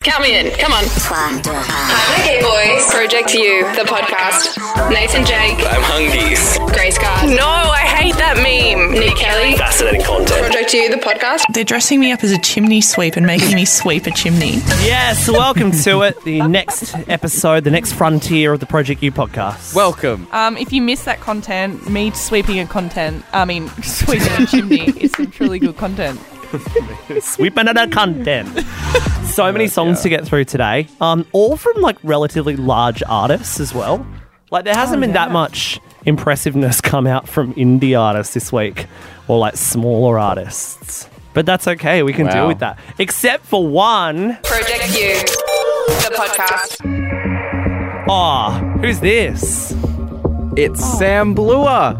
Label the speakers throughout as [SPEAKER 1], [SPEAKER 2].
[SPEAKER 1] Come in, come on. Hi, okay, boys. Project U, the podcast. Nathan Jake,
[SPEAKER 2] I'm hungry.
[SPEAKER 1] Grace Gard. No, I hate that meme. Nick Kelly,
[SPEAKER 2] Fascinating content.
[SPEAKER 1] Project U, the podcast.
[SPEAKER 3] They're dressing me up as a chimney sweep and making me sweep a chimney.
[SPEAKER 4] Yes, welcome to it. The next episode, the next frontier of the Project U podcast.
[SPEAKER 5] Welcome.
[SPEAKER 6] Um, if you miss that content, me sweeping a content, I mean, sweeping a chimney is some truly good content.
[SPEAKER 4] sweeping at our content. So many songs to get through today. Um, all from like relatively large artists as well. Like there hasn't been that much impressiveness come out from indie artists this week, or like smaller artists. But that's okay. We can deal
[SPEAKER 5] Wow.
[SPEAKER 4] with that. Except for one.
[SPEAKER 1] Project U, the podcast.
[SPEAKER 4] Ah, who's this?
[SPEAKER 5] It's Sam Blua.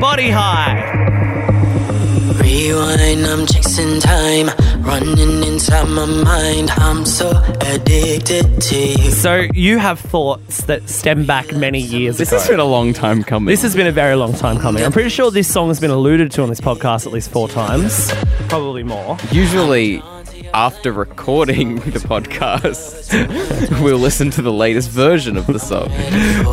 [SPEAKER 4] Body High.
[SPEAKER 7] Rewind, I'm chasing time, running inside my mind. I'm so addicted to you.
[SPEAKER 4] So you have thoughts that stem back many years
[SPEAKER 5] This
[SPEAKER 4] ago.
[SPEAKER 5] has been a long time coming.
[SPEAKER 4] This has been a very long time coming. I'm pretty sure this song has been alluded to on this podcast at least four times, probably more.
[SPEAKER 5] usually after recording the podcast, we'll listen to the latest version of the song.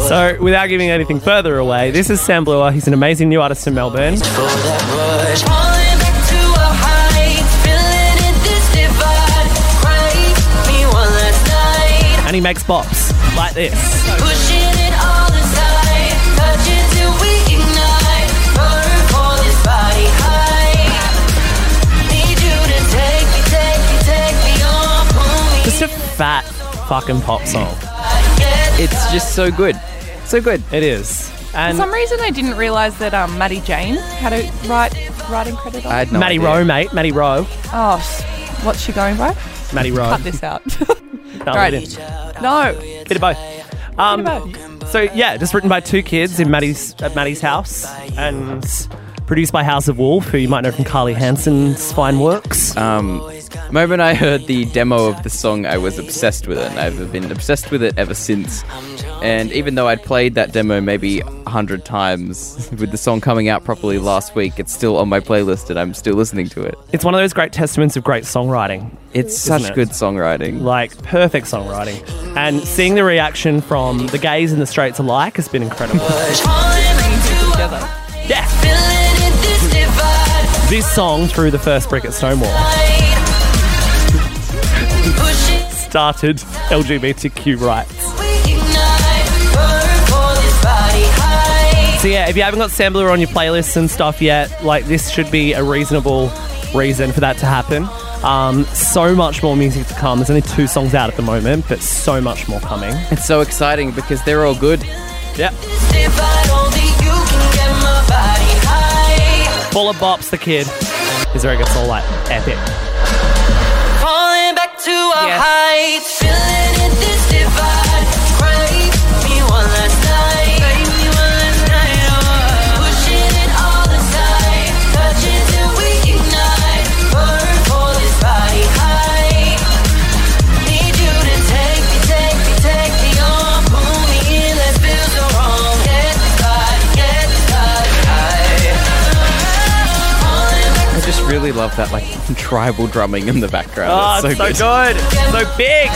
[SPEAKER 4] So, without giving anything further away, this is Sam Bluer. He's an amazing new artist from Melbourne.
[SPEAKER 7] For that rush.
[SPEAKER 8] Falling back to a high, feeling in this divide. Right, me one last night,
[SPEAKER 4] And he makes bops like this.
[SPEAKER 8] pushing it all aside, touching till we ignite. Burn for this body high. Need you to take me, take me, take me on, pull me.
[SPEAKER 4] Just a fat fucking pop song.
[SPEAKER 5] It's just so good. So good.
[SPEAKER 4] It is. And
[SPEAKER 6] For some reason, I didn't realise that um, Maddie James had a write, writing credit on
[SPEAKER 5] I
[SPEAKER 6] it.
[SPEAKER 5] had no
[SPEAKER 4] Matty
[SPEAKER 5] idea.
[SPEAKER 4] Rowe, mate. Matty Rowe.
[SPEAKER 6] Oh, s- what's she going by?
[SPEAKER 4] Matty Rowe.
[SPEAKER 6] Cut this out.
[SPEAKER 4] No,
[SPEAKER 6] Right.
[SPEAKER 4] we didn't.
[SPEAKER 6] no.
[SPEAKER 4] Bit of both. Um, So yeah, just written by two kids in Maddie's at Maddie's house and produced by House of Wolf, who you might know from Carly Hansen's fine works.
[SPEAKER 5] Um, moment I heard the demo of the song, I was obsessed with it, and I've been obsessed with it ever since. And even though I'd played that demo maybe a hundred times, with the song coming out properly last week, it's still on my playlist, and I'm still listening to it.
[SPEAKER 4] It's one of those great testaments of great songwriting,
[SPEAKER 5] It's such
[SPEAKER 4] it?
[SPEAKER 5] good songwriting.
[SPEAKER 4] like perfect songwriting. And seeing the reaction from the gays and the straights alike has been incredible.
[SPEAKER 8] Falling back to a
[SPEAKER 6] Together.
[SPEAKER 4] Yeah,
[SPEAKER 8] feeling in this divide.
[SPEAKER 4] this song through the first brick at Stonewall
[SPEAKER 8] Right, pushing
[SPEAKER 4] started LGBTQ rights.
[SPEAKER 8] till we ignite. Burn for this body high.
[SPEAKER 4] So yeah, if you haven't got Sambler on your playlists and stuff yet, like this should be a reasonable reason for that to happen. Um, so much more music to come. There's only two songs out at the moment, but so much more coming.
[SPEAKER 5] It's so exciting because they're all good.
[SPEAKER 4] Yeah,
[SPEAKER 8] If I only you can get my body high.
[SPEAKER 4] Full of Bops, the kid. Is there it's all like epic.
[SPEAKER 8] Falling back to our
[SPEAKER 6] Yes.
[SPEAKER 8] heights. Feeling in this divide. Crave me one last night. Crave me one last night. oh. Pushing it all aside. Touching till we ignite. Burn for this body high. Need you to take me, take me, take me on. Pull me in. Let's build a wrong. Get this body, get this body high.
[SPEAKER 5] I just really love that like tribal drumming in the background. Oh, it's so, good.
[SPEAKER 4] Oh, so big.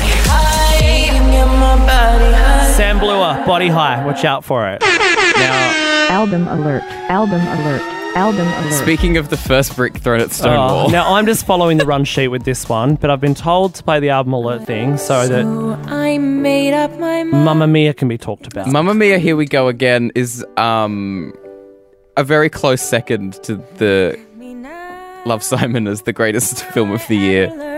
[SPEAKER 4] Sam Bluer, Body High. Watch out for it.
[SPEAKER 5] Now,
[SPEAKER 9] Album alert, album alert, album alert.
[SPEAKER 5] speaking of the first brick thrown at
[SPEAKER 4] Oh,
[SPEAKER 5] Stonewall,
[SPEAKER 4] now I'm just following the run sheet with this one, but I've been told to play the album alert thing so that
[SPEAKER 8] I made up my mind.
[SPEAKER 4] Mamma Mia can be talked about.
[SPEAKER 5] Mamma Mia, Here We Go Again is um a very close second to the Love Simon as the greatest film of the year.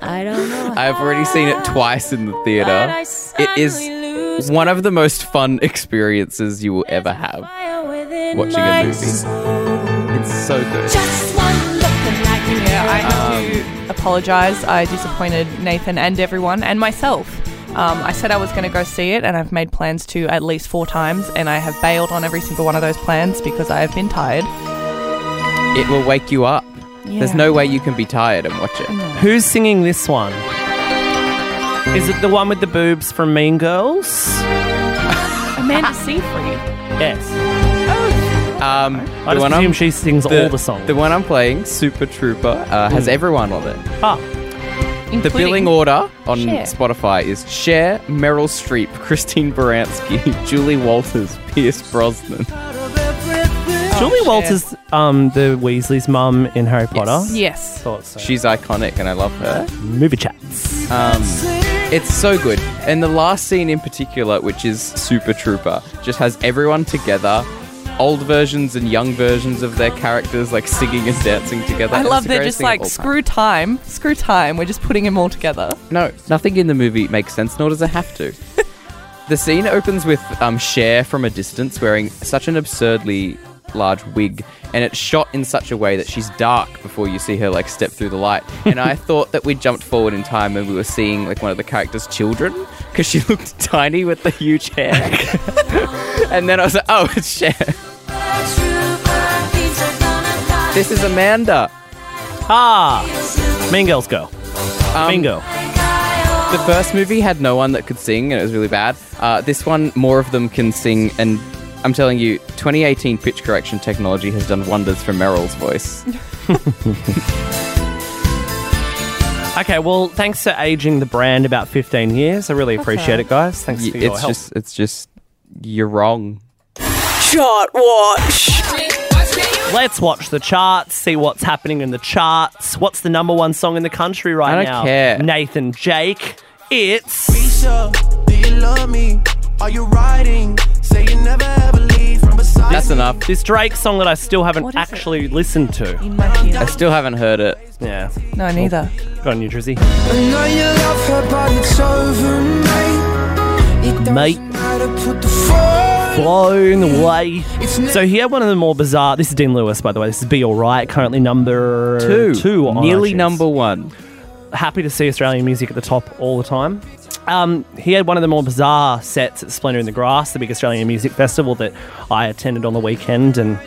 [SPEAKER 8] I don't know.
[SPEAKER 5] I've already seen it twice in the theater. It is one of the most fun experiences you will ever have watching a movie. It's so good.
[SPEAKER 8] Just one look and I can
[SPEAKER 6] Yeah, I have to apologise. Um, I disappointed Nathan and everyone and myself. Um, I said I was going to go see it, and I've made plans to at least four times, and I have bailed on every single one of those plans because I have been tired.
[SPEAKER 5] It will wake you up. There's no way you can be tired and watch it.
[SPEAKER 4] Who's singing this one? Is it the one with the boobs from Mean Girls?
[SPEAKER 6] Amanda Seyfried.
[SPEAKER 4] Yes.
[SPEAKER 5] Um,
[SPEAKER 4] I
[SPEAKER 5] the
[SPEAKER 4] just
[SPEAKER 5] one
[SPEAKER 4] assume
[SPEAKER 5] I'm-
[SPEAKER 4] she sings all the songs. Mm.
[SPEAKER 5] The one I'm playing, Super Trooper, uh, has everyone on it.
[SPEAKER 4] Ah,
[SPEAKER 5] The
[SPEAKER 6] Including-
[SPEAKER 5] billing order on
[SPEAKER 6] Cher.
[SPEAKER 5] Spotify is Cher, Meryl Streep, Christine Baranski, Julie Walters, Pierce Brosnan.
[SPEAKER 4] Julie
[SPEAKER 6] shit.
[SPEAKER 4] Walters, um, the Weasley's mum in Harry Potter.
[SPEAKER 6] Yes.
[SPEAKER 4] Thought so.
[SPEAKER 5] She's iconic and I love her.
[SPEAKER 4] movie chats.
[SPEAKER 5] Um, it's so good. And the last scene in particular, which is Super Trooper, just has everyone together. Old versions and young versions of their characters, like singing and dancing together.
[SPEAKER 6] I
[SPEAKER 5] It's
[SPEAKER 6] love
[SPEAKER 5] the
[SPEAKER 6] they're
[SPEAKER 5] greatest
[SPEAKER 6] just
[SPEAKER 5] thing of
[SPEAKER 6] like
[SPEAKER 5] all time.
[SPEAKER 6] screw time, screw time. We're just putting them all together.
[SPEAKER 5] No, nothing in the movie makes sense, nor does it have to. the scene opens with um, Cher from a distance wearing such an absurdly large wig, and it's shot in such a way that she's dark before you see her like step through the light. And I thought that we jumped forward in time and we were seeing like one of the characters' children because she looked tiny with the huge hair. and then I was like, oh, it's Cher. This is Amanda.
[SPEAKER 4] Ah, Mean Girls girl.
[SPEAKER 5] Um,
[SPEAKER 4] Bingo.
[SPEAKER 5] The first movie had no one that could sing, and it was really bad. Uh, this one, more of them can sing, and I'm telling you, 2018 pitch correction technology has done wonders for Meryl's voice.
[SPEAKER 4] Okay, well, thanks for aging the brand about 15 years. I really appreciate it, guys. Thanks
[SPEAKER 5] Y-
[SPEAKER 4] for your
[SPEAKER 5] it's
[SPEAKER 4] help.
[SPEAKER 5] just, it's just, you're wrong.
[SPEAKER 4] Let's watch the charts, see what's happening in the charts. What's the number one song in the country right
[SPEAKER 5] I don't
[SPEAKER 4] now?
[SPEAKER 5] care.
[SPEAKER 4] Nathan Jake. It's
[SPEAKER 2] Do you love me? Are you riding? Say you never ever leave from beside
[SPEAKER 5] That's enough.
[SPEAKER 4] this Drake song that I still haven't
[SPEAKER 6] What is it?
[SPEAKER 4] actually listened to.
[SPEAKER 6] In my
[SPEAKER 5] I
[SPEAKER 6] ear.
[SPEAKER 5] still haven't heard it.
[SPEAKER 4] Yeah.
[SPEAKER 6] No, neither.
[SPEAKER 4] Go on, New Jersey.
[SPEAKER 2] I know you love her, but it's over, mate. It
[SPEAKER 4] Mate.
[SPEAKER 2] doesn't matter, put the phone.
[SPEAKER 4] Blown away.
[SPEAKER 2] It's ne-
[SPEAKER 4] So he had one of the more bizarre. This is Dean Lewis, by the way. This is Be Alright, currently number
[SPEAKER 5] Two.
[SPEAKER 4] Two on
[SPEAKER 5] Nearly
[SPEAKER 4] iTunes.
[SPEAKER 5] number one.
[SPEAKER 4] happy to see Australian music at the top all the time. Um, he had one of the more bizarre sets at Splendor in the Grass, the big Australian music festival that I attended on the weekend, and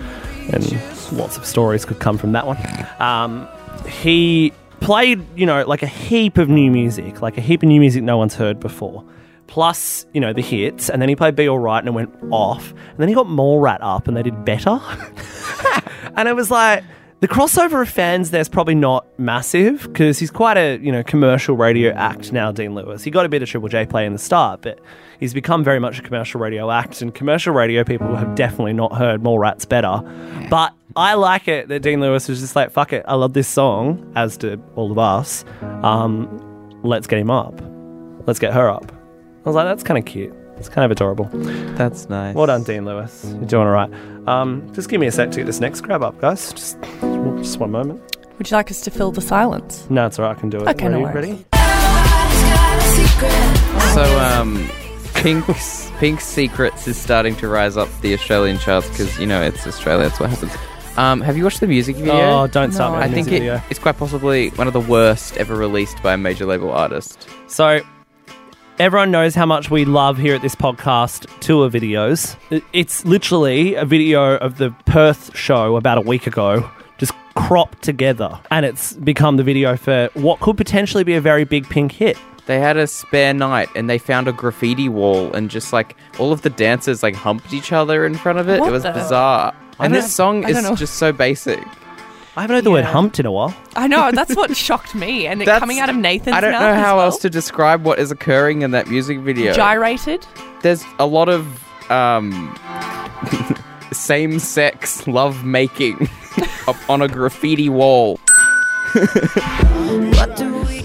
[SPEAKER 4] and lots of stories could come from that one. Um, he played, you know, like a heap of new music, like a heap of new music no one's heard before. Plus, you know, the hits, and then he played Be Alright and it went off. And then he got More Rat up and they did better. and it was like the crossover of fans there's probably not massive because he's quite a you know commercial radio act now dean lewis he got a bit of triple j play in the start but he's become very much a commercial radio act and commercial radio people have definitely not heard more rats better but i like it that dean lewis was just like fuck it i love this song as do all of us um, let's get him up let's get her up i was like that's kind of cute it's kind of adorable
[SPEAKER 5] That's nice.
[SPEAKER 4] well done, Dean Lewis. You're doing all right. Um, just give me a sec to get this next grab up, guys. Just, just one moment.
[SPEAKER 6] Would you like us to fill the silence?
[SPEAKER 4] No, it's all right. I can do it.
[SPEAKER 6] Okay,
[SPEAKER 4] Are
[SPEAKER 6] no
[SPEAKER 4] you
[SPEAKER 6] worries.
[SPEAKER 4] ready?
[SPEAKER 5] So, um, Pink's Pink's Secrets is starting to rise up the Australian charts because you know it's Australia. That's what happens. Um, have you watched the music video?
[SPEAKER 4] Oh, don't start
[SPEAKER 6] No.
[SPEAKER 4] my
[SPEAKER 5] I
[SPEAKER 6] I
[SPEAKER 5] think
[SPEAKER 4] music
[SPEAKER 5] it,
[SPEAKER 4] video.
[SPEAKER 5] it's quite possibly one of the worst ever released by a major label artist.
[SPEAKER 4] So, everyone knows how much we love here at this podcast tour videos. I- It's literally a video of the Perth show about a week ago, just cropped together, and it's become the video for what could potentially be a very big pink hit.
[SPEAKER 5] They had a spare night and they found a graffiti wall and just like all of the dancers like humped each other in front of it.
[SPEAKER 6] What
[SPEAKER 5] it was
[SPEAKER 6] the-
[SPEAKER 5] bizarre. And
[SPEAKER 4] don't-
[SPEAKER 5] this song
[SPEAKER 6] I don't
[SPEAKER 5] is
[SPEAKER 6] know.
[SPEAKER 5] just so basic.
[SPEAKER 4] I haven't heard the word
[SPEAKER 6] Yeah.
[SPEAKER 4] humped in a while.
[SPEAKER 6] I know that's what shocked me, and it
[SPEAKER 5] That's-
[SPEAKER 6] coming out of Nathan's
[SPEAKER 5] I don't
[SPEAKER 6] mouth
[SPEAKER 5] know
[SPEAKER 6] as
[SPEAKER 5] how
[SPEAKER 6] well.
[SPEAKER 5] else to describe what is occurring in that music video.
[SPEAKER 6] Gyrated.
[SPEAKER 5] There's a lot of um, same sex love making on a graffiti wall.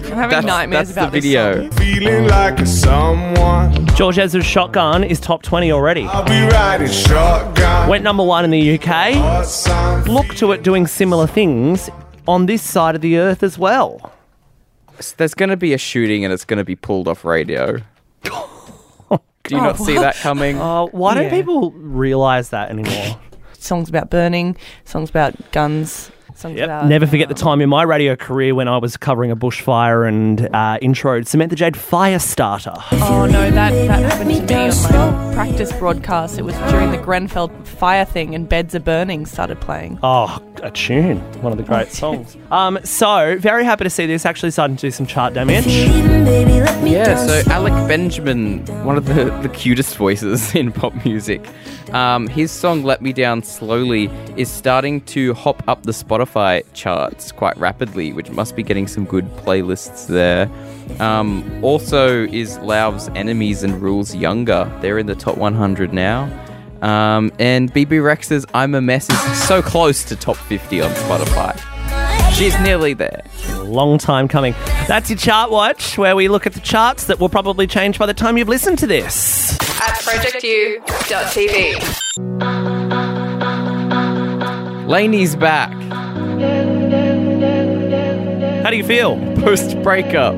[SPEAKER 6] I'm having
[SPEAKER 5] That's,
[SPEAKER 6] nightmares
[SPEAKER 5] that's
[SPEAKER 6] about
[SPEAKER 5] the
[SPEAKER 6] this
[SPEAKER 5] video.
[SPEAKER 6] song.
[SPEAKER 2] Feeling like a someone.
[SPEAKER 4] George Ezra's Shotgun is top 20 already.
[SPEAKER 2] I'll be riding shotgun.
[SPEAKER 4] Went number one in the UK.
[SPEAKER 2] Or something.
[SPEAKER 4] Look to it doing similar things on this side of the earth as well.
[SPEAKER 5] There's going to be a shooting and it's going to be pulled off radio. Do you not see that coming?
[SPEAKER 4] Uh, why don't
[SPEAKER 6] Yeah.
[SPEAKER 4] people realise that anymore?
[SPEAKER 6] Songs about burning. Songs about guns. Songs about
[SPEAKER 4] Never forget the time in my radio career when I was covering a bushfire and uh, introed Samantha Jade Firestarter.
[SPEAKER 6] Oh no, that, that happened to me on my practice broadcast. It was during the Grenfell fire thing, and Beds Are Burning started playing.
[SPEAKER 4] Oh, a tune. One of the great songs. Um, so, very happy to see this actually starting to do some chart damage.
[SPEAKER 5] Yeah, so Alec Benjamin, one of the, the cutest voices in pop music, um, his song Let Me Down Slowly is starting to hop up the Spotify charts quite rapidly, which must be getting some good playlists there. Um, also, is Lauv's Enemies and Rules Younger? They're in the top 100 now. Um, and BB Rex's I'm a Mess is so close to top 50 on Spotify. She's nearly there.
[SPEAKER 4] Long time coming. That's your chart watch, where we look at the charts that will probably change by the time you've listened to this.
[SPEAKER 1] At projectu.tv.
[SPEAKER 5] Laney's back.
[SPEAKER 4] How do you feel?
[SPEAKER 5] Post breakup.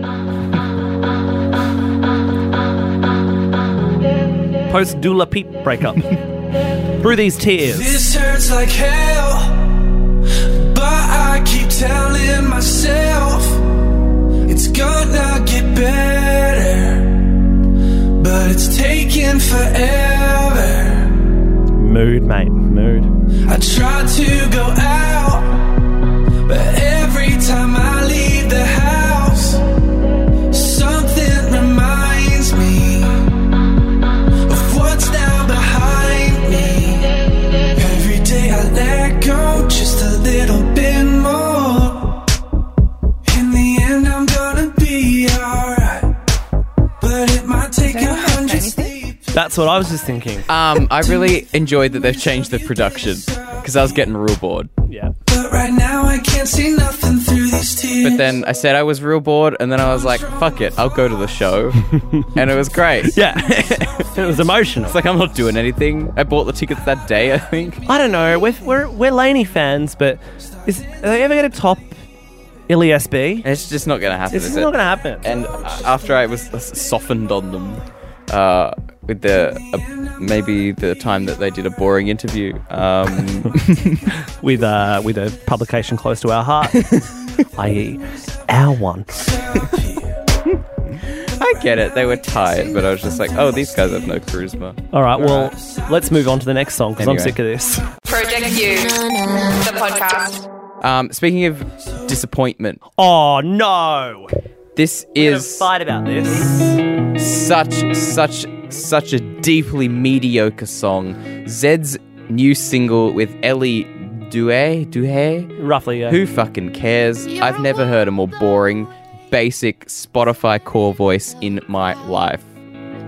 [SPEAKER 4] Post doula peep breakup. Through these tears.
[SPEAKER 2] This hurts like hell, but I keep telling myself it's gonna get better, but it's taking forever.
[SPEAKER 4] Mood, mate. Mood.
[SPEAKER 2] I try to go out, but every time I leave the house, something reminds me of what's now behind me. Every day I let go just a little bit more. In the end, I'm gonna be alright, but it might take a hundred sleep.
[SPEAKER 4] That's what I was just thinking.
[SPEAKER 5] Um, I really enjoyed that they've changed the production because I was getting real bored.
[SPEAKER 4] Yeah.
[SPEAKER 2] But right now I can't see nothing through these tears.
[SPEAKER 5] But then I said I was real bored, and then I was like, fuck it, I'll go to the show. and it was great.
[SPEAKER 4] Yeah. it was emotional.
[SPEAKER 5] It's like, I'm not doing anything. I bought the tickets that day, I think.
[SPEAKER 4] I don't know. We're we're, we're Laney fans, but is, are they ever going to top E ILESB?
[SPEAKER 5] And it's just not going to happen.
[SPEAKER 4] It's
[SPEAKER 5] is
[SPEAKER 4] not
[SPEAKER 5] it?
[SPEAKER 4] going to happen.
[SPEAKER 5] And uh, after I was uh, softened on them uh, with the uh, maybe the time that they did a boring interview, um,
[SPEAKER 4] with uh, with a publication close to our heart, i.e., our one.
[SPEAKER 5] I get it. They were tired, but I was just like, oh, these guys have no charisma.
[SPEAKER 4] All right. Well, let's move on to the next song because I'm
[SPEAKER 5] Anyway.
[SPEAKER 4] sick of this.
[SPEAKER 1] Project U, the podcast.
[SPEAKER 5] Um, speaking of disappointment,
[SPEAKER 4] Oh no!
[SPEAKER 5] this
[SPEAKER 4] We're gonna
[SPEAKER 5] is
[SPEAKER 4] fight about this.
[SPEAKER 5] such such such a deeply mediocre song. Zed's new single with Ellie Duhay Duhay.
[SPEAKER 4] Roughly, yeah.
[SPEAKER 5] Who fucking cares? I've never heard a more boring, basic Spotify core voice in my life.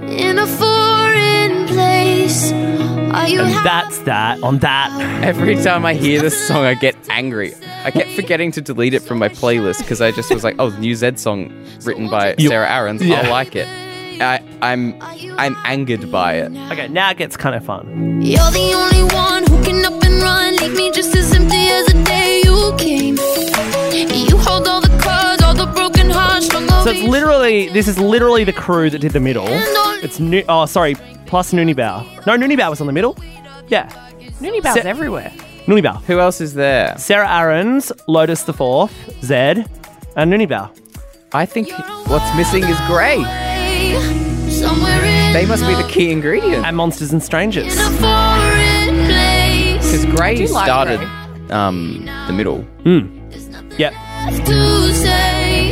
[SPEAKER 8] In a foreign place, are you
[SPEAKER 4] and
[SPEAKER 8] happy?
[SPEAKER 4] that's that. On that,
[SPEAKER 5] Every time I hear this song, I get angry. I kept forgetting to delete it from my playlist because I just was like, "Oh, new Zed song written by
[SPEAKER 4] You-
[SPEAKER 5] Sarah Aarons. I like it." I, I'm I'm angered by it.
[SPEAKER 4] okay. Now it gets kind of fun.
[SPEAKER 8] You're the only one who can up and run, leave me just as empty as the day you came. You hold all the cards, all the broken hearts, strung
[SPEAKER 4] So
[SPEAKER 8] over
[SPEAKER 4] it's literally this is literally the crew that did the middle.
[SPEAKER 8] on-
[SPEAKER 4] It's new. Oh, sorry. Plus Noonibao. No, Noonibao was on the middle. Yeah,
[SPEAKER 6] Noonie Bow's
[SPEAKER 4] Se-
[SPEAKER 6] everywhere.
[SPEAKER 4] Noonibao.
[SPEAKER 5] Who else is there?
[SPEAKER 4] Sarah Aarons, Lotus the Fourth, Zed, and Noonibao.
[SPEAKER 5] I think what's missing is Grey.
[SPEAKER 8] you. Somewhere in
[SPEAKER 5] They must be the key ingredient
[SPEAKER 4] And Monsters and Strangers.
[SPEAKER 8] a foreign place.
[SPEAKER 5] because Grey
[SPEAKER 6] like
[SPEAKER 5] started um the middle.
[SPEAKER 4] Yep.
[SPEAKER 8] Have to say,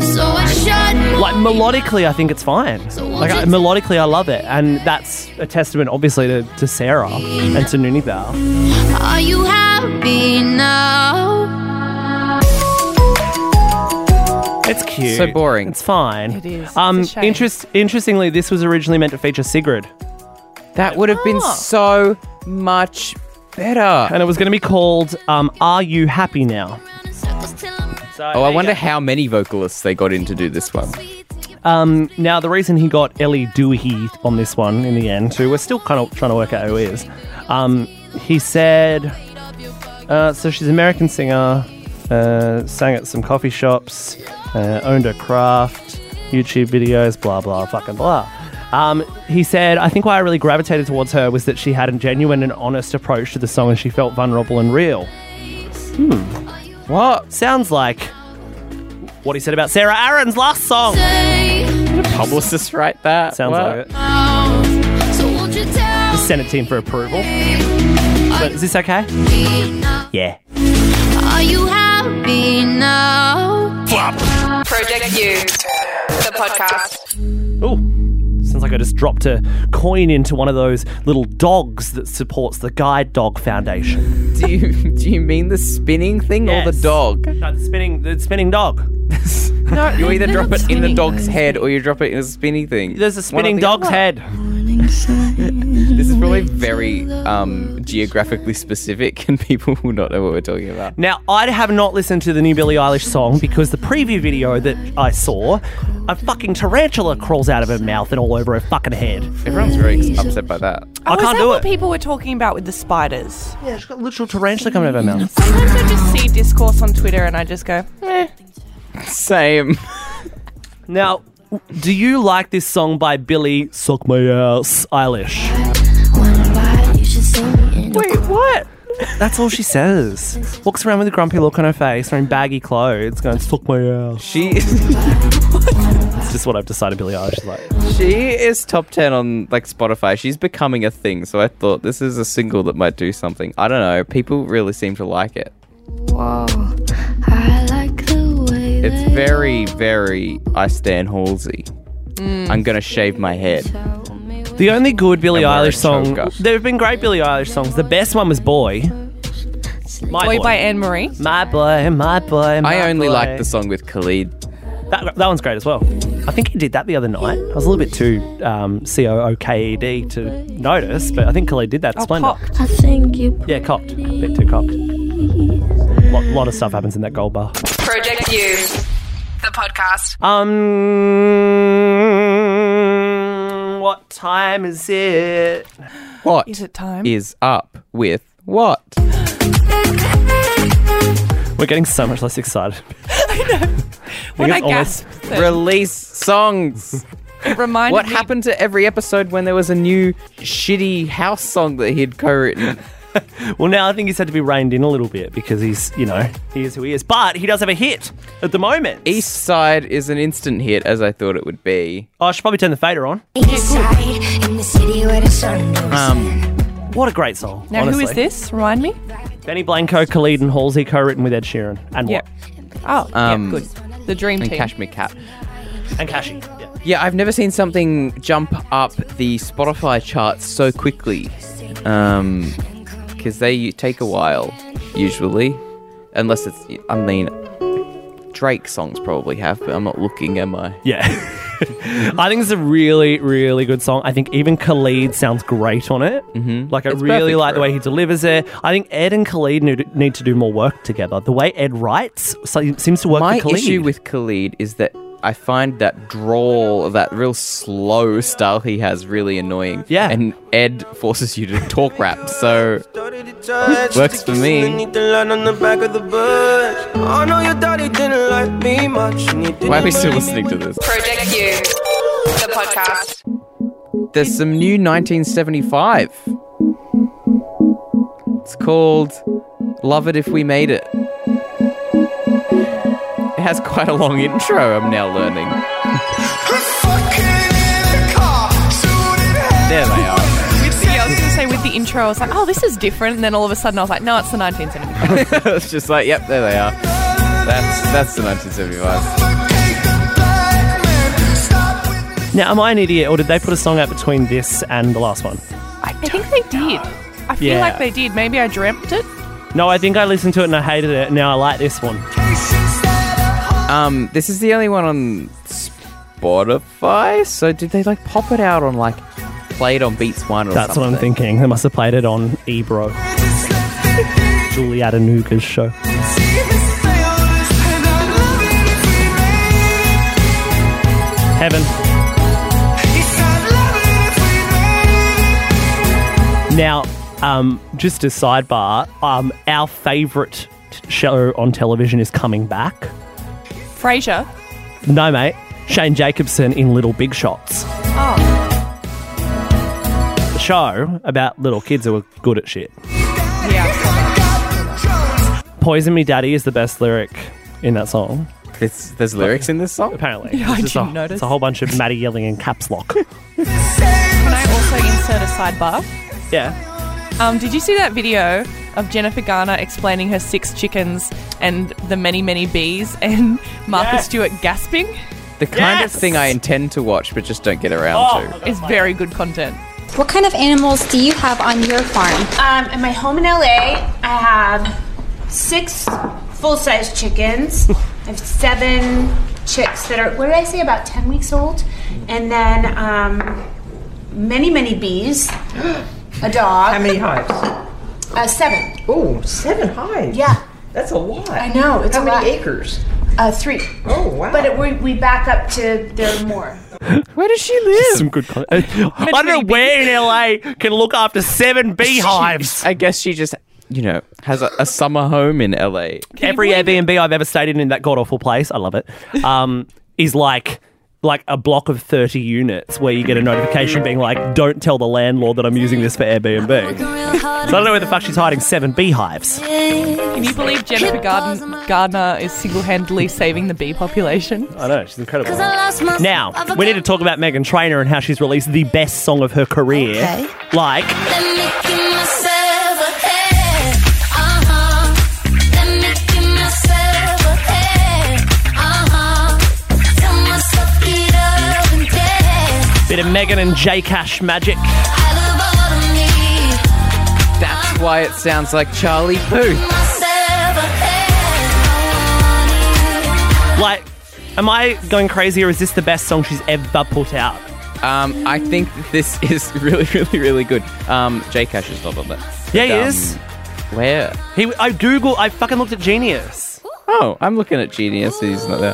[SPEAKER 8] so I shut my
[SPEAKER 4] Like melodically, I think it's fine. Like I, melodically, I love it, and that's a testament, obviously, to, to Sarah and to Noonie Bell.
[SPEAKER 8] Are you happy now?
[SPEAKER 4] It's cute.
[SPEAKER 5] So boring.
[SPEAKER 4] It's fine. It
[SPEAKER 6] is. It's
[SPEAKER 4] Um,
[SPEAKER 6] a shame.
[SPEAKER 4] interest, interestingly, this was originally meant to feature Sigrid,
[SPEAKER 5] That would have been
[SPEAKER 6] Oh.
[SPEAKER 5] so much better.
[SPEAKER 4] and it was going to be called um, "Are You Happy Now."
[SPEAKER 8] Circles till I'm
[SPEAKER 4] So
[SPEAKER 5] Oh,
[SPEAKER 4] there
[SPEAKER 5] I
[SPEAKER 4] you
[SPEAKER 5] wonder
[SPEAKER 4] go.
[SPEAKER 5] how many vocalists they got in to do this one.
[SPEAKER 4] Um, now, the reason he got Ellie Doohy on this one in the end, who we're still kind of trying to work out who is, um, he said, uh, so she's an American singer, uh, sang at some coffee shops, uh, owned her craft, YouTube videos, blah, blah, fucking blah. Um, he said, I think why I really gravitated towards her was that she had a genuine and honest approach to the song and she felt vulnerable and real. Hmm.
[SPEAKER 5] What?
[SPEAKER 4] Sounds like what he said about Sarah Aaron's last song.
[SPEAKER 8] safe
[SPEAKER 5] Publicist write that?
[SPEAKER 4] Sounds
[SPEAKER 5] What?
[SPEAKER 4] like it.
[SPEAKER 8] now. So won't you tell
[SPEAKER 4] Send it to him for approval.
[SPEAKER 8] me
[SPEAKER 4] But is this okay?
[SPEAKER 8] now?
[SPEAKER 4] Yeah.
[SPEAKER 8] Are you happy now?
[SPEAKER 1] Project U, the podcast.
[SPEAKER 4] Ooh. Sounds like like I just dropped a coin into one of those little dogs that supports the Guide Dog Foundation.
[SPEAKER 5] do you do you mean the spinning thing or Oh, the
[SPEAKER 4] Yes.
[SPEAKER 5] dog?
[SPEAKER 4] No, the spinning, the spinning dog.
[SPEAKER 6] No,
[SPEAKER 5] You either
[SPEAKER 6] they're
[SPEAKER 5] drop
[SPEAKER 6] not
[SPEAKER 5] it in the
[SPEAKER 6] spinning.
[SPEAKER 5] dog's head or you drop it in a spinning thing.
[SPEAKER 4] There's a
[SPEAKER 5] One or
[SPEAKER 4] spinning
[SPEAKER 5] the
[SPEAKER 4] dog's
[SPEAKER 5] other.
[SPEAKER 4] head.
[SPEAKER 5] This is probably very um, geographically specific, and people will not know what we're talking about.
[SPEAKER 4] Now, I have not listened to the new Billie Eilish song because the preview video that I saw, a fucking tarantula crawls out of her mouth and all over her fucking head.
[SPEAKER 5] Everyone's very upset by that.
[SPEAKER 4] I
[SPEAKER 6] oh, is
[SPEAKER 4] can't
[SPEAKER 6] that
[SPEAKER 4] do
[SPEAKER 6] what
[SPEAKER 4] it.
[SPEAKER 6] people were talking about with the spiders?
[SPEAKER 4] Yeah, she's got a literal tarantula coming out of her mouth.
[SPEAKER 6] Sometimes I just see discourse on Twitter and I just go, eh.
[SPEAKER 5] Same.
[SPEAKER 4] Now, do you like this song by Billy Suck My Ass Eilish?
[SPEAKER 6] wait, what?
[SPEAKER 4] That's all she says. Walks around with a grumpy look on her face, wearing baggy clothes, going Suck My Ass.
[SPEAKER 5] She
[SPEAKER 4] It's just what I've decided. Billie Eilish is like.
[SPEAKER 5] she is top ten on like Spotify. She's becoming a thing. So I thought this is a single that might do something. I don't know. People really seem to like it. It's very, very I stand Halsey.
[SPEAKER 6] Mm.
[SPEAKER 5] I'm gonna shave my head.
[SPEAKER 4] The only good Billie
[SPEAKER 5] And wear a
[SPEAKER 4] Eilish song.
[SPEAKER 5] choker.
[SPEAKER 4] There have been great Billie Eilish songs. The best one was Boy. My
[SPEAKER 6] Boy by Anne Marie.
[SPEAKER 4] My boy, my boy, my
[SPEAKER 5] I only
[SPEAKER 4] boy.
[SPEAKER 5] like the song with Khalid.
[SPEAKER 4] That, that one's great as well. I think he did that the other night. I was a little bit too um, C O O K E D to notice, but I think Khalid did that.
[SPEAKER 6] Oh,
[SPEAKER 4] Splendid.
[SPEAKER 6] cocked.
[SPEAKER 4] Yeah, cocked. bit too cocked. lot, lot of stuff happens in that gold bar.
[SPEAKER 1] Project U, the podcast.
[SPEAKER 4] Um, what time is it?
[SPEAKER 5] What
[SPEAKER 6] Is it time?
[SPEAKER 5] is up with what?
[SPEAKER 4] We're getting so much less excited.
[SPEAKER 6] When I
[SPEAKER 4] it's almost-
[SPEAKER 6] gasped,
[SPEAKER 5] Release songs.
[SPEAKER 6] it reminded
[SPEAKER 5] What
[SPEAKER 6] me.
[SPEAKER 5] happened to every episode when there was a new shitty house song that he'd co-written?
[SPEAKER 4] Well, now I think he's had to be reined in a little bit because he's, you know, he is who he is. But he does have a hit at the moment.
[SPEAKER 5] East Side is an instant hit, as I thought it would be.
[SPEAKER 4] Oh, I should probably turn the fader on. Uh. What a great song.
[SPEAKER 6] Now,
[SPEAKER 4] honestly.
[SPEAKER 6] who is this? Remind me.
[SPEAKER 4] Benny Blanco, Khalid, and Halsey co-written with Ed Sheeran and
[SPEAKER 6] Yeah.
[SPEAKER 4] what?
[SPEAKER 6] Oh,
[SPEAKER 5] Um,
[SPEAKER 6] yeah, good. The dream
[SPEAKER 5] And
[SPEAKER 6] team.
[SPEAKER 5] Cash Me Cat.
[SPEAKER 4] And Kashi. Yeah.
[SPEAKER 5] Yeah, I've never seen something jump up the Spotify charts so quickly. Um, because they u- take a while usually, unless it's. I mean, Drake songs probably have, but I'm not looking, am I?
[SPEAKER 4] Yeah. I think it's a really, really good song. I think even Khalid sounds great on it. Mm-hmm. Like, I
[SPEAKER 5] It's
[SPEAKER 4] really
[SPEAKER 5] perfect
[SPEAKER 4] like the
[SPEAKER 5] for
[SPEAKER 4] way
[SPEAKER 5] it.
[SPEAKER 4] he delivers it. I think Ed and Khalid need need to do more work together. The way Ed writes so- seems to work
[SPEAKER 5] My
[SPEAKER 4] for Khalid.
[SPEAKER 5] issue with Khalid is that I find that drawl, that real slow style he has, really annoying.
[SPEAKER 4] Yeah.
[SPEAKER 5] And Ed forces you to talk rap, so works for me.
[SPEAKER 4] Oh,
[SPEAKER 5] Why are we still listening to this?
[SPEAKER 1] Project U, the podcast.
[SPEAKER 5] There's some new 1975. It's called Love It If We Made It. It has quite a long intro, I'm now learning. There they are.
[SPEAKER 6] Yeah, I was going to say with the intro, I was like, oh, this is different. And then all of a sudden, I was like, no, it's the 1970s.
[SPEAKER 5] it's just like, yep, there they are. That's that's the 1975.
[SPEAKER 4] now, am I an idiot or did they put a song out between this and the last one?
[SPEAKER 6] I think they did. I feel
[SPEAKER 4] Yeah.
[SPEAKER 6] like they did. Maybe I dreamt it.
[SPEAKER 4] No, I think I listened to it and I hated it. Now I like this one.
[SPEAKER 5] Um, this is the only one on Spotify. So did they like pop it out on like play it on Beats One or
[SPEAKER 4] That's
[SPEAKER 5] something?
[SPEAKER 4] what I'm thinking. They must have played it on Ebro. Julieta Nuga's show. Heaven. Now, um, just a sidebar, um, our favourite t- show on television is coming back.
[SPEAKER 6] Frasier.
[SPEAKER 4] No, mate. Shane Jacobson in Little Big Shots.
[SPEAKER 6] Oh,
[SPEAKER 4] The show about little kids who are good at shit.
[SPEAKER 6] yeah.
[SPEAKER 4] Poison Me Daddy is the best lyric in that song,
[SPEAKER 5] It's, there's lyrics in this song.
[SPEAKER 4] apparently.
[SPEAKER 6] I
[SPEAKER 4] It's just
[SPEAKER 6] didn't
[SPEAKER 4] a,
[SPEAKER 6] notice.
[SPEAKER 4] It's a whole bunch of Maddie yelling in caps lock.
[SPEAKER 6] Can I also insert a sidebar?
[SPEAKER 4] yeah.
[SPEAKER 6] Um, did you see that video of Jennifer Garner explaining her six chickens and the many, many bees and Martha
[SPEAKER 4] Yeah.
[SPEAKER 6] Stewart gasping?
[SPEAKER 5] The kind
[SPEAKER 4] Yes!
[SPEAKER 5] of thing I intend to watch but just don't get around
[SPEAKER 4] Oh.
[SPEAKER 5] to.
[SPEAKER 6] It's very good content.
[SPEAKER 10] What kind of animals do you have on your farm?
[SPEAKER 11] Um, at my home in LA, I have six full-size chickens. I have seven chicks that are, what did I say, about 10 weeks old? And then um, many, many bees, a dog.
[SPEAKER 12] How many hives?
[SPEAKER 11] Uh, seven.
[SPEAKER 12] Oh, seven hives.
[SPEAKER 11] Yeah,
[SPEAKER 12] That's a lot.
[SPEAKER 11] I know. It's
[SPEAKER 12] How
[SPEAKER 11] a
[SPEAKER 12] many
[SPEAKER 11] lot.
[SPEAKER 12] acres?
[SPEAKER 11] Uh, three.
[SPEAKER 12] Oh, wow.
[SPEAKER 11] But it, we, we back up to there are more.
[SPEAKER 6] Where does she live?
[SPEAKER 4] Some good content. I don't know where in LA can look after seven beehives.
[SPEAKER 5] I guess she just, you know, has a, a summer home in LA.
[SPEAKER 4] Every Airbnb I've ever stayed in in that god awful place, I love it, um, is like like a block of 30 units where you get a notification being like, don't tell the landlord that I'm using this for Airbnb. So I don't know where the fuck she's hiding seven beehives.
[SPEAKER 6] Can you believe Jennifer Garden- Gardner is single-handedly saving the bee population?
[SPEAKER 4] I know, she's incredible. Now, we need to talk about Megan Trainor and how she's released the best song of her career.
[SPEAKER 10] Okay.
[SPEAKER 4] Like, bit of Megan and J Cash magic.
[SPEAKER 5] That's why it sounds like Charlie Puth.
[SPEAKER 4] Like, am I going crazy or is this the best song she's ever put out?
[SPEAKER 5] Um, I think that this is really, really, really good. Um, J Cash is not on that.
[SPEAKER 4] Yeah, he
[SPEAKER 5] Um,
[SPEAKER 4] is.
[SPEAKER 5] Where?
[SPEAKER 4] He, I Google, I fucking looked at Genius.
[SPEAKER 5] Oh, I'm looking at Genius. He's not there.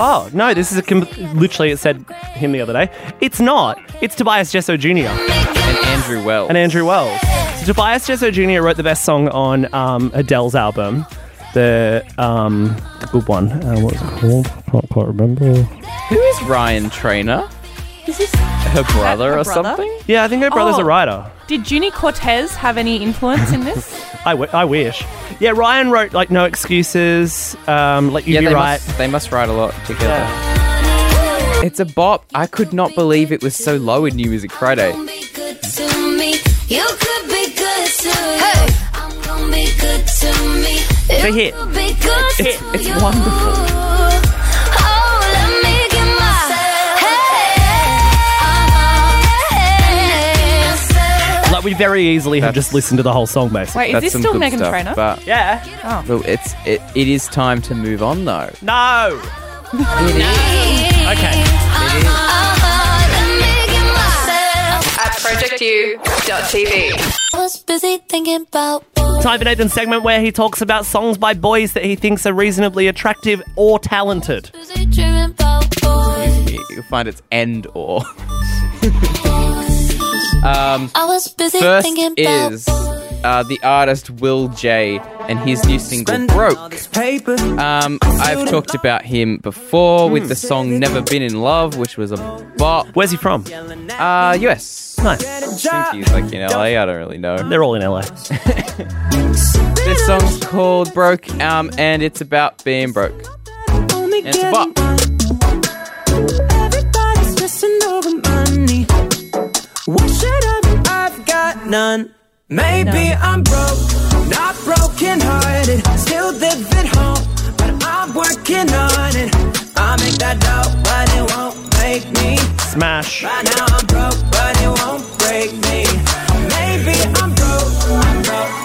[SPEAKER 4] Oh, no, this is a. Com- literally, it said him the other day. It's not. It's Tobias Jesso Jr.
[SPEAKER 5] And Andrew Wells.
[SPEAKER 4] and Andrew Wells. So Tobias Jesso Jr. wrote the best song on um, Adele's album, the, um, the good one. Uh, what was it called? I can't quite remember.
[SPEAKER 5] Who is Ryan Trainer? Is this her brother
[SPEAKER 6] her
[SPEAKER 5] or
[SPEAKER 6] brother?
[SPEAKER 5] something?
[SPEAKER 4] Yeah, I think her brother's a
[SPEAKER 6] Oh.
[SPEAKER 4] writer.
[SPEAKER 6] Did Junie Cortez have any influence in this?
[SPEAKER 4] I, w- I wish. Yeah, Ryan wrote like no excuses. Um, let you
[SPEAKER 5] Yeah,
[SPEAKER 4] be
[SPEAKER 5] they
[SPEAKER 4] right.
[SPEAKER 5] must. They must write a lot together. It's a bop. I could not believe it was so low in New Music Friday.
[SPEAKER 8] You could be good to me. I'm gonna be good to me.
[SPEAKER 4] It's a hit.
[SPEAKER 5] It's- it's wonderful.
[SPEAKER 8] Oh, let me get my head.
[SPEAKER 4] Like we very easily have
[SPEAKER 5] That's-
[SPEAKER 4] just listened to the whole song basically.
[SPEAKER 6] Wait, is
[SPEAKER 5] That's
[SPEAKER 6] this
[SPEAKER 5] some
[SPEAKER 6] still
[SPEAKER 5] good
[SPEAKER 6] Megan
[SPEAKER 5] stuff,
[SPEAKER 6] Trainor?
[SPEAKER 5] But
[SPEAKER 4] Yeah.
[SPEAKER 5] well, it's it, it is time to move on though.
[SPEAKER 4] No. Okay.
[SPEAKER 1] At projectu.tv.
[SPEAKER 8] I was busy thinking about what
[SPEAKER 4] Time for Nathan's segment where he talks about songs by boys that he thinks are reasonably attractive or talented.
[SPEAKER 8] busy dreaming about boys.
[SPEAKER 5] You'll find it's and or. um,
[SPEAKER 8] I was busy
[SPEAKER 5] first
[SPEAKER 8] thinking about
[SPEAKER 5] is uh, the artist Will J and his new single "Broke." Um, I've talked about him before with the song "Never Been in Love," which was a bop.
[SPEAKER 4] Where's he from?
[SPEAKER 5] Uh, US.
[SPEAKER 4] Nice.
[SPEAKER 5] I think he's like in LA. I don't really know.
[SPEAKER 4] They're all in LA.
[SPEAKER 5] This song's called "Broke," um, and it's about being broke. And it's a bop.
[SPEAKER 2] Everybody's stressing over money. What should I do? I've got none. Maybe I'm broke, not broken hearted. Still live at home, but I'm working on it. I'll make that dough, but it won't make me.
[SPEAKER 4] Smash.
[SPEAKER 2] Right now I'm broke, but it won't break me. Maybe I'm broke, I'm broke,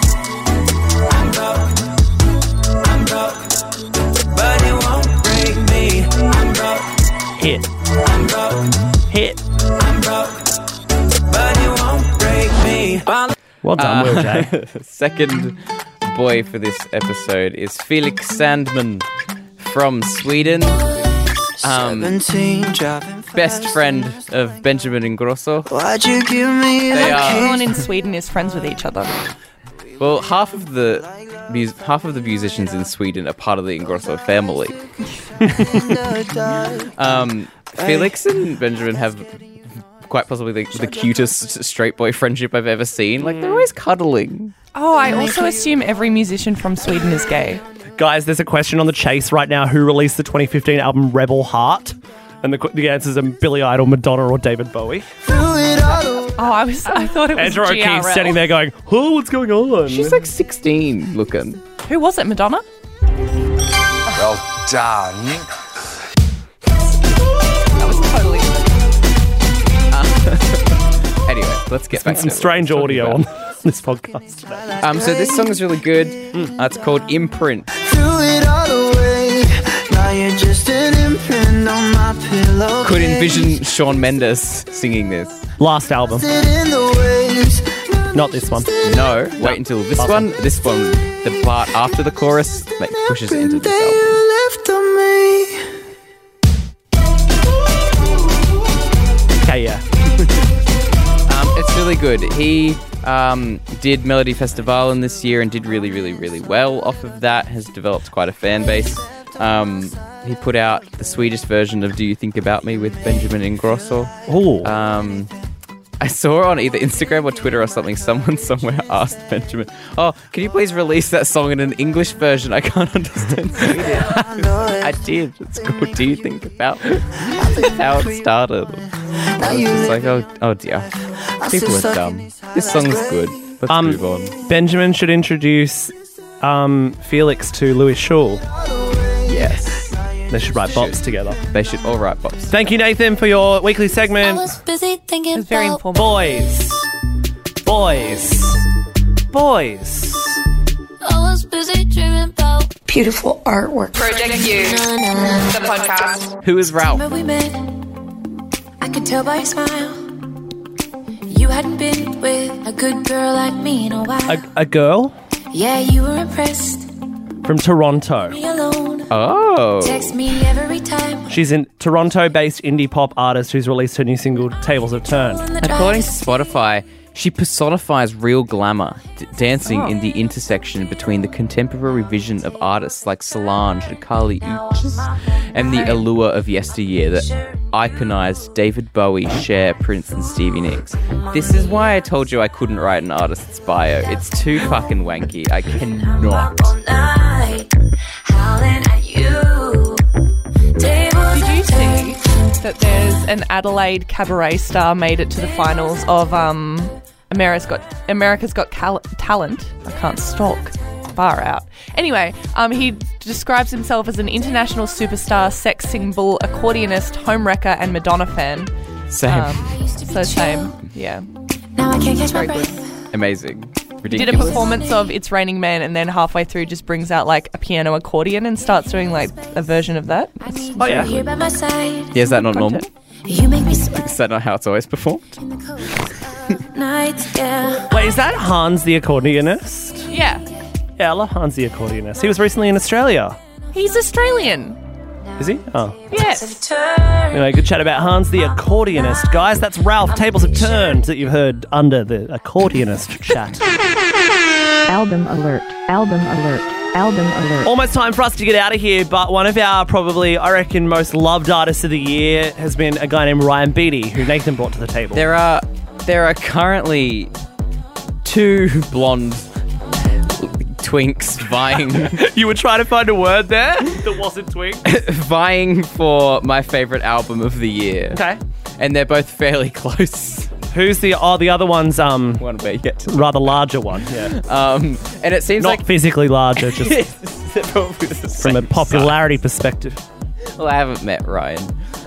[SPEAKER 2] I'm broke, I'm broke, but it won't break me. I'm broke,
[SPEAKER 4] Hit.
[SPEAKER 2] I'm broke.
[SPEAKER 4] Hit.
[SPEAKER 2] I'm broke, but it won't break me. Ball-
[SPEAKER 4] Well done, Will J.
[SPEAKER 5] Second boy for this episode is Felix Sandman from Sweden. Um, best friend of Benjamin Ingrosso.
[SPEAKER 2] Why'd you give me
[SPEAKER 5] They are
[SPEAKER 6] Everyone in Sweden is friends with each other.
[SPEAKER 5] well, half of the mus- half of the musicians in Sweden are part of the Ingrosso family. um, Felix and Benjamin have quite possibly the, the cutest straight boy friendship I've ever seen. Like they're always cuddling.
[SPEAKER 6] Oh, I also assume every musician from Sweden is gay.
[SPEAKER 4] Guys, there's a question on the chase right now. Who released the 2015 album Rebel Heart? And the, qu- the answers are Billy Idol, Madonna, or David Bowie.
[SPEAKER 6] Oh, I was. I thought it was
[SPEAKER 4] Andrew O'Keefe
[SPEAKER 6] GRL.
[SPEAKER 4] standing there going, "Oh, what's going on?"
[SPEAKER 5] She's like 16 looking.
[SPEAKER 6] Who was it? Madonna.
[SPEAKER 2] Well done.
[SPEAKER 5] Let's get
[SPEAKER 4] It's been
[SPEAKER 5] back
[SPEAKER 4] some
[SPEAKER 5] to it.
[SPEAKER 4] strange audio on this podcast.
[SPEAKER 5] Um, so this song is really good. Uh, it's called Imprint.
[SPEAKER 8] Threw it all away. Now you're just an imprint on my pillow.
[SPEAKER 5] Could envision Sean Mendes singing this.
[SPEAKER 4] Last album.
[SPEAKER 8] Sit in the waves.
[SPEAKER 4] Not this one.
[SPEAKER 5] No, wait until this
[SPEAKER 4] Last
[SPEAKER 5] one. This one, the part after the chorus, like pushes it into this album.
[SPEAKER 8] Left on me.
[SPEAKER 4] Okay, yeah.
[SPEAKER 5] Um, it's really good. He um, did Melody Festivalen this year and did really, really, really well off of that. Has developed quite a fan base. Um, he put out the Swedish version of "Do You Think About Me" with Benjamin Ingrosso.
[SPEAKER 4] Oh.
[SPEAKER 5] Um, I saw on either Instagram or Twitter or something. Someone somewhere asked Benjamin, "Oh, can you please release that song in an English version? I can't understand." Swedish." I did. It's called "Do You Think About Me." That's how it started. I was just like, "Oh, oh dear, people are dumb." This song's good. Let's
[SPEAKER 4] Um,
[SPEAKER 5] move on.
[SPEAKER 4] Benjamin should introduce um, Felix to Louis Shaw.
[SPEAKER 5] Yes.
[SPEAKER 4] They should write bops together.
[SPEAKER 5] They should all write bops.
[SPEAKER 4] Thank you, Nathan, for your weekly segment.
[SPEAKER 8] Busy thinking it's
[SPEAKER 6] very
[SPEAKER 8] informative.
[SPEAKER 4] Boys. Boys. Boys.
[SPEAKER 8] I was busy dreaming about
[SPEAKER 1] Beautiful artwork. Project U, the podcast.
[SPEAKER 5] Who is Ralph?
[SPEAKER 13] Remember we met? I could tell by your smile. You hadn't been with a good girl like me in a while.
[SPEAKER 4] A, a girl
[SPEAKER 13] yeah, you were impressed.
[SPEAKER 4] from Toronto.
[SPEAKER 13] Me alone. Text
[SPEAKER 4] Oh.
[SPEAKER 13] me every time.
[SPEAKER 4] She's a Toronto based indie pop artist who's released her new single, Tables Have Turned.
[SPEAKER 5] According to Spotify, she personifies real glamour, d- dancing in the intersection between the contemporary vision of artists like Solange and Carly Uchis and the allure of yesteryear that iconized David Bowie, Cher, Prince, and Stevie Nicks. This is why I told you I couldn't write an artist's bio. It's too fucking wanky. I cannot.
[SPEAKER 13] Night, howling at you. Tables
[SPEAKER 6] Did you see that there's an Adelaide cabaret star made it to the finals of um, America's Got America's Got Cal- Talent? I can't stalk. Far out. Anyway, um, he describes himself as an international superstar, sex symbol, accordionist, homewrecker, and Madonna fan.
[SPEAKER 5] Same.
[SPEAKER 6] Um, so same. Yeah.
[SPEAKER 13] Now I can't catch my breath.
[SPEAKER 5] Amazing.
[SPEAKER 6] He
[SPEAKER 5] Ridiculous.
[SPEAKER 6] did a performance of It's Raining Men and then halfway through just brings out like a piano accordion and starts doing like a version of that.
[SPEAKER 5] Oh, yeah.
[SPEAKER 13] Here by my side.
[SPEAKER 5] Yeah, is that not normal?
[SPEAKER 13] You make me sweat
[SPEAKER 5] Is that not how it's always performed?
[SPEAKER 13] nights, yeah.
[SPEAKER 4] Wait, is that Hans the accordionist?
[SPEAKER 6] Yeah.
[SPEAKER 4] Yeah, I love Hans the accordionist. He was recently in Australia.
[SPEAKER 6] He's Australian.
[SPEAKER 4] Is he? Oh.
[SPEAKER 6] Yes.
[SPEAKER 4] Anyway, good chat about Hans the accordionist. Guys, that's Ralph. Tables have turned that you've heard under the accordionist chat.
[SPEAKER 9] Album alert. Album alert. Album alert.
[SPEAKER 4] Almost time for us to get out of here, but one of our probably, I reckon, most loved artists of the year has been a guy named Ryan Beatty, who Nathan brought to the table.
[SPEAKER 5] There are there are currently two blonde twinks vying
[SPEAKER 4] you were trying to find a word there that wasn't twink.
[SPEAKER 5] vying for my favorite album of the year.
[SPEAKER 4] Okay.
[SPEAKER 5] And they're both fairly close.
[SPEAKER 4] Who's the oh the other one's um
[SPEAKER 5] one bit yet
[SPEAKER 4] rather larger one? Yeah.
[SPEAKER 5] Um and it seems
[SPEAKER 4] Not
[SPEAKER 5] like
[SPEAKER 4] physically larger, just
[SPEAKER 5] They're probably the
[SPEAKER 4] from a
[SPEAKER 5] same
[SPEAKER 4] popularity perspective.
[SPEAKER 5] Well, I haven't met Ryan.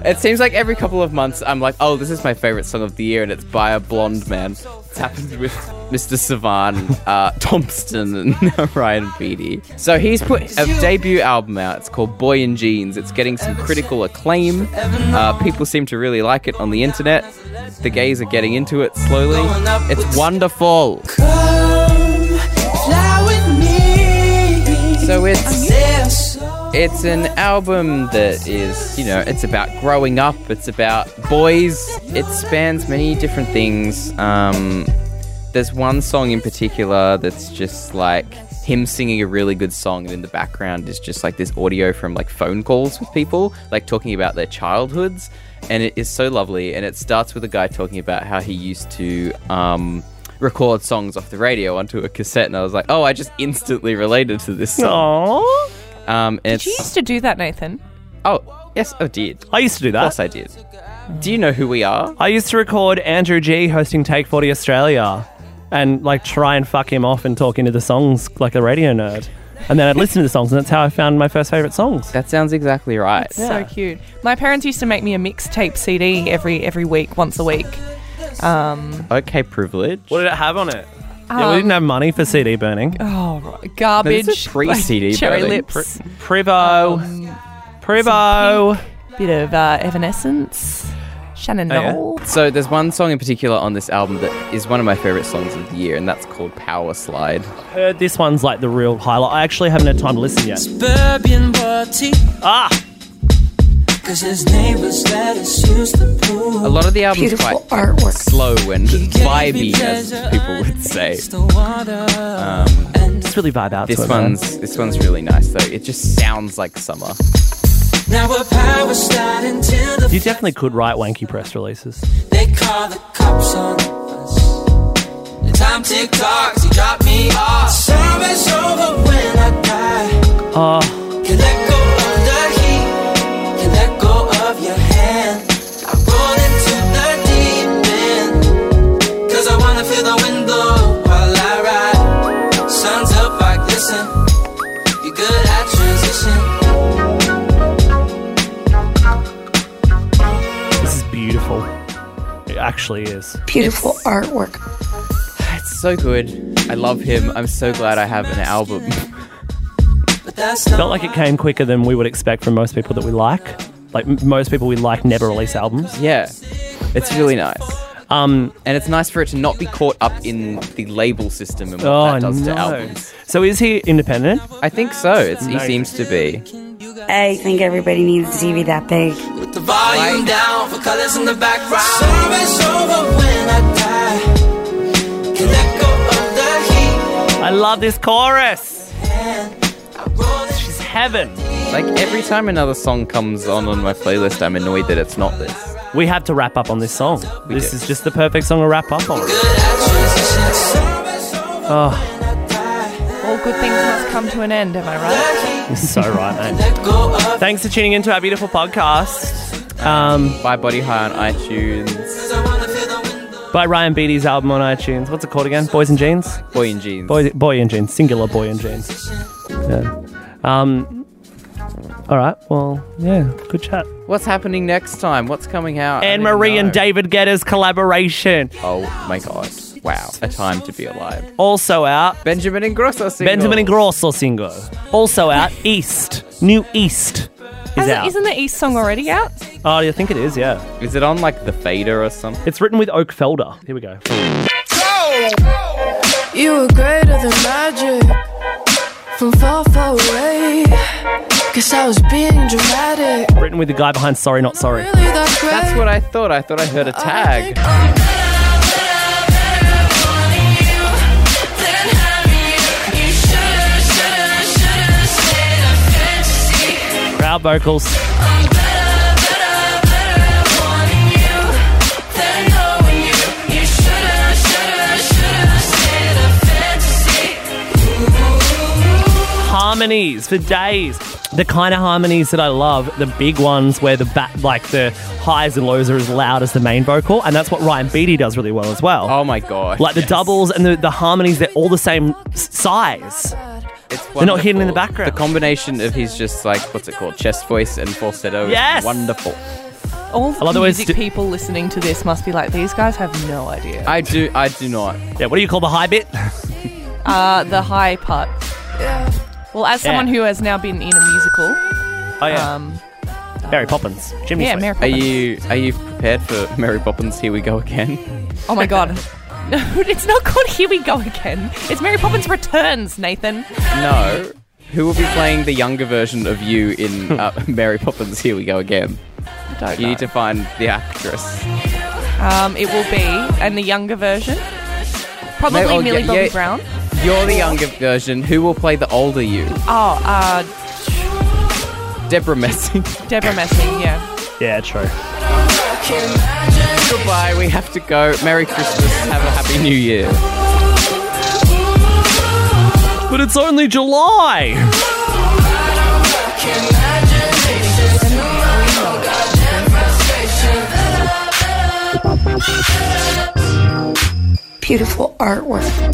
[SPEAKER 5] It seems like every couple of months I'm like, oh, this is my favorite song of the year, and it's by a blonde man. It's happened with Mr. Savan, uh, Thompson, and now Ryan Beatty. So he's put a debut album out. It's called Boy in Jeans. It's getting some critical acclaim. Uh, people seem to really like it on the internet. The gays are getting into it slowly. It's wonderful.
[SPEAKER 8] fly with me.
[SPEAKER 5] So it's it's an album that is, you know, it's about growing up. It's about boys. It spans many different things. Um, there's one song in particular that's just like him singing a really good song, and in the background is just like this audio from like phone calls with people, like talking about their childhoods, and it is so lovely. And it starts with a guy talking about how he used to. Um, Record songs off the radio onto a cassette, and I was like, "Oh, I just instantly related to this song."
[SPEAKER 4] Aww.
[SPEAKER 5] Um, and it's,
[SPEAKER 6] You used to do that, Nathan.
[SPEAKER 5] Oh, yes, I did.
[SPEAKER 4] I used to do that.
[SPEAKER 5] Of course I did. Do you know who we are?
[SPEAKER 4] I used to record Andrew G hosting Take 40 Australia and like try and fuck him off and talk into the songs like a radio nerd. And then I'd listen to the songs and that's how I found my first favourite songs.
[SPEAKER 5] That sounds exactly right.
[SPEAKER 6] So cute. My parents used to make me a mixtape CD every every week, once a week. Um,
[SPEAKER 5] Okay, privilege.
[SPEAKER 4] What did it have on it? yeah, we didn't have money for CD burning.
[SPEAKER 6] oh, right. garbage.
[SPEAKER 4] No, this is free
[SPEAKER 6] like
[SPEAKER 4] CD
[SPEAKER 6] Cherry
[SPEAKER 4] burning.
[SPEAKER 6] lips.
[SPEAKER 5] Oh,
[SPEAKER 4] Privo. Privo.
[SPEAKER 6] Bit of uh, Evanescence. Shannon Knoll.
[SPEAKER 5] So there's one song in particular on this album that is one of my favorite songs of the year, and that's called Power Slide.
[SPEAKER 4] Heard this one's like the real highlight. I actually haven't had time to listen yet.
[SPEAKER 2] Suburban party.
[SPEAKER 4] Ah!
[SPEAKER 2] Cause his neighbors that us use the pool.
[SPEAKER 5] A lot of the album's
[SPEAKER 2] Beautiful
[SPEAKER 5] quite artwork. slow and vibey, as people would say. Um,
[SPEAKER 4] it's really vibe out.
[SPEAKER 5] This
[SPEAKER 4] to it, man.
[SPEAKER 5] one's this one's really nice though. It just sounds like summer.
[SPEAKER 2] Now we're power sliding till the
[SPEAKER 4] You definitely could write wanky press releases.
[SPEAKER 2] They call the cops on us. The time tick tocks, you drop me off. Summer's over when I die.
[SPEAKER 5] Ah.
[SPEAKER 4] Oh,
[SPEAKER 2] Can let go of the heat. Can let go of your hand. I'm going into the deep end. Cause I wanna feel the wind blow while I ride. Sun's up, I glisten. You're good at transition.
[SPEAKER 4] this is beautiful. It actually is.
[SPEAKER 5] Beautiful
[SPEAKER 4] artwork.
[SPEAKER 5] It's so good. I love him. I'm so glad I have an album.
[SPEAKER 2] But that's not
[SPEAKER 4] Felt like it came quicker than we would expect from most people that we like. Like m- most people we like never release albums.
[SPEAKER 5] Yeah, it's really nice.
[SPEAKER 4] Um,
[SPEAKER 5] and it's nice for it to not be caught up in the label system and what
[SPEAKER 4] Oh
[SPEAKER 5] that does
[SPEAKER 4] no!
[SPEAKER 5] to albums.
[SPEAKER 4] So is he independent?
[SPEAKER 5] I think so. It's, he
[SPEAKER 4] Nice.
[SPEAKER 5] seems to be.
[SPEAKER 14] I think everybody needs a TV that big.
[SPEAKER 2] the volume down for colors in the background. Summer's over when I die. Can let go of the heat.
[SPEAKER 4] I love this chorus. She's heaven.
[SPEAKER 5] Like every time another song comes on on my playlist, I'm annoyed that it's not this.
[SPEAKER 4] We have to wrap up on this song. this is just the perfect song to wrap up on. Oh,
[SPEAKER 6] All good things must come to an end, am I right?
[SPEAKER 4] you're so right, mate. Thanks for tuning into our beautiful podcast. Um,
[SPEAKER 5] by Body High on iTunes.
[SPEAKER 4] By Ryan Beatty's album on iTunes. What's it called again? Boys and Jeans?
[SPEAKER 5] Boy in Jeans.
[SPEAKER 4] Boy, boy and Jeans. Singular Boy and Jeans. Yeah. Um, all right. Well, yeah. Good chat.
[SPEAKER 5] What's happening next time? What's coming out? I
[SPEAKER 4] Anne
[SPEAKER 5] don't
[SPEAKER 4] Marie
[SPEAKER 5] even
[SPEAKER 4] and
[SPEAKER 5] know.
[SPEAKER 4] David Guetta's collaboration.
[SPEAKER 5] Oh my god. Wow. A time to be alive.
[SPEAKER 4] Also out.
[SPEAKER 5] Benjamin Ingrosso single.
[SPEAKER 4] Benjamin Ingrosso single. Also out. East. New East is
[SPEAKER 6] Has it-
[SPEAKER 4] out.
[SPEAKER 6] Isn't the East song already out?
[SPEAKER 4] Oh, I think it is, yeah.
[SPEAKER 5] Is it on like the fader or something?
[SPEAKER 4] It's written with Oak Felder. Here we go.
[SPEAKER 15] You were greater than magic from far, far away. Guess I was being dramatic.
[SPEAKER 4] Written with the guy behind Sorry Not Sorry.
[SPEAKER 5] That's what I thought. I thought I heard a tag.
[SPEAKER 4] Crowd vocals. Harmonies for days. The kind of harmonies that I love, the big ones where the bat, like the highs and lows are as loud as the main vocal, and that's what Ryan Beatty does really well as well. Oh
[SPEAKER 5] my god!
[SPEAKER 4] Like the doubles and the, the harmonies, they're all the same s- size.
[SPEAKER 5] It's
[SPEAKER 4] They're not hidden in the
[SPEAKER 5] wonderful.
[SPEAKER 4] background.
[SPEAKER 5] The combination of his just like what's it called, chest voice and falsetto. is
[SPEAKER 6] Yes!
[SPEAKER 5] wonderful.
[SPEAKER 6] All
[SPEAKER 5] lot
[SPEAKER 6] the
[SPEAKER 5] of ways to-
[SPEAKER 6] music people listening to this must be like, these guys have no idea.
[SPEAKER 5] I do. I do not.
[SPEAKER 4] Yeah. What do you call the high bit?
[SPEAKER 6] Uh, the high part. Well, as someone
[SPEAKER 4] Yeah.
[SPEAKER 6] who has now been in a musical,
[SPEAKER 4] Oh yeah.
[SPEAKER 6] Um,
[SPEAKER 4] Mary Poppins. Jimmy.
[SPEAKER 6] Yeah, Mary
[SPEAKER 5] Are
[SPEAKER 6] Poppins.
[SPEAKER 5] you are you prepared for Mary Poppins? Here we go again.
[SPEAKER 6] oh my god. No, it's not called Here We Go Again. It's Mary Poppins Returns, Nathan.
[SPEAKER 5] No. Who will be playing the younger version of you in uh, Mary Poppins? Here we go again.
[SPEAKER 6] don't
[SPEAKER 5] you
[SPEAKER 6] know.
[SPEAKER 5] need to find the actress.
[SPEAKER 6] Um, it will be, and the younger version, probably
[SPEAKER 5] No, oh,
[SPEAKER 6] Millie
[SPEAKER 5] yeah,
[SPEAKER 6] Bobby
[SPEAKER 5] yeah.
[SPEAKER 6] Brown.
[SPEAKER 5] You're the younger version. Who will play the older you?
[SPEAKER 6] Oh, uh,
[SPEAKER 5] Deborah Messing.
[SPEAKER 6] Deborah Messing. Yeah.
[SPEAKER 4] Yeah, true.
[SPEAKER 5] Goodbye. We have to go. Merry Christmas. Have a happy New Year.
[SPEAKER 4] But it's only July.
[SPEAKER 14] Beautiful artwork.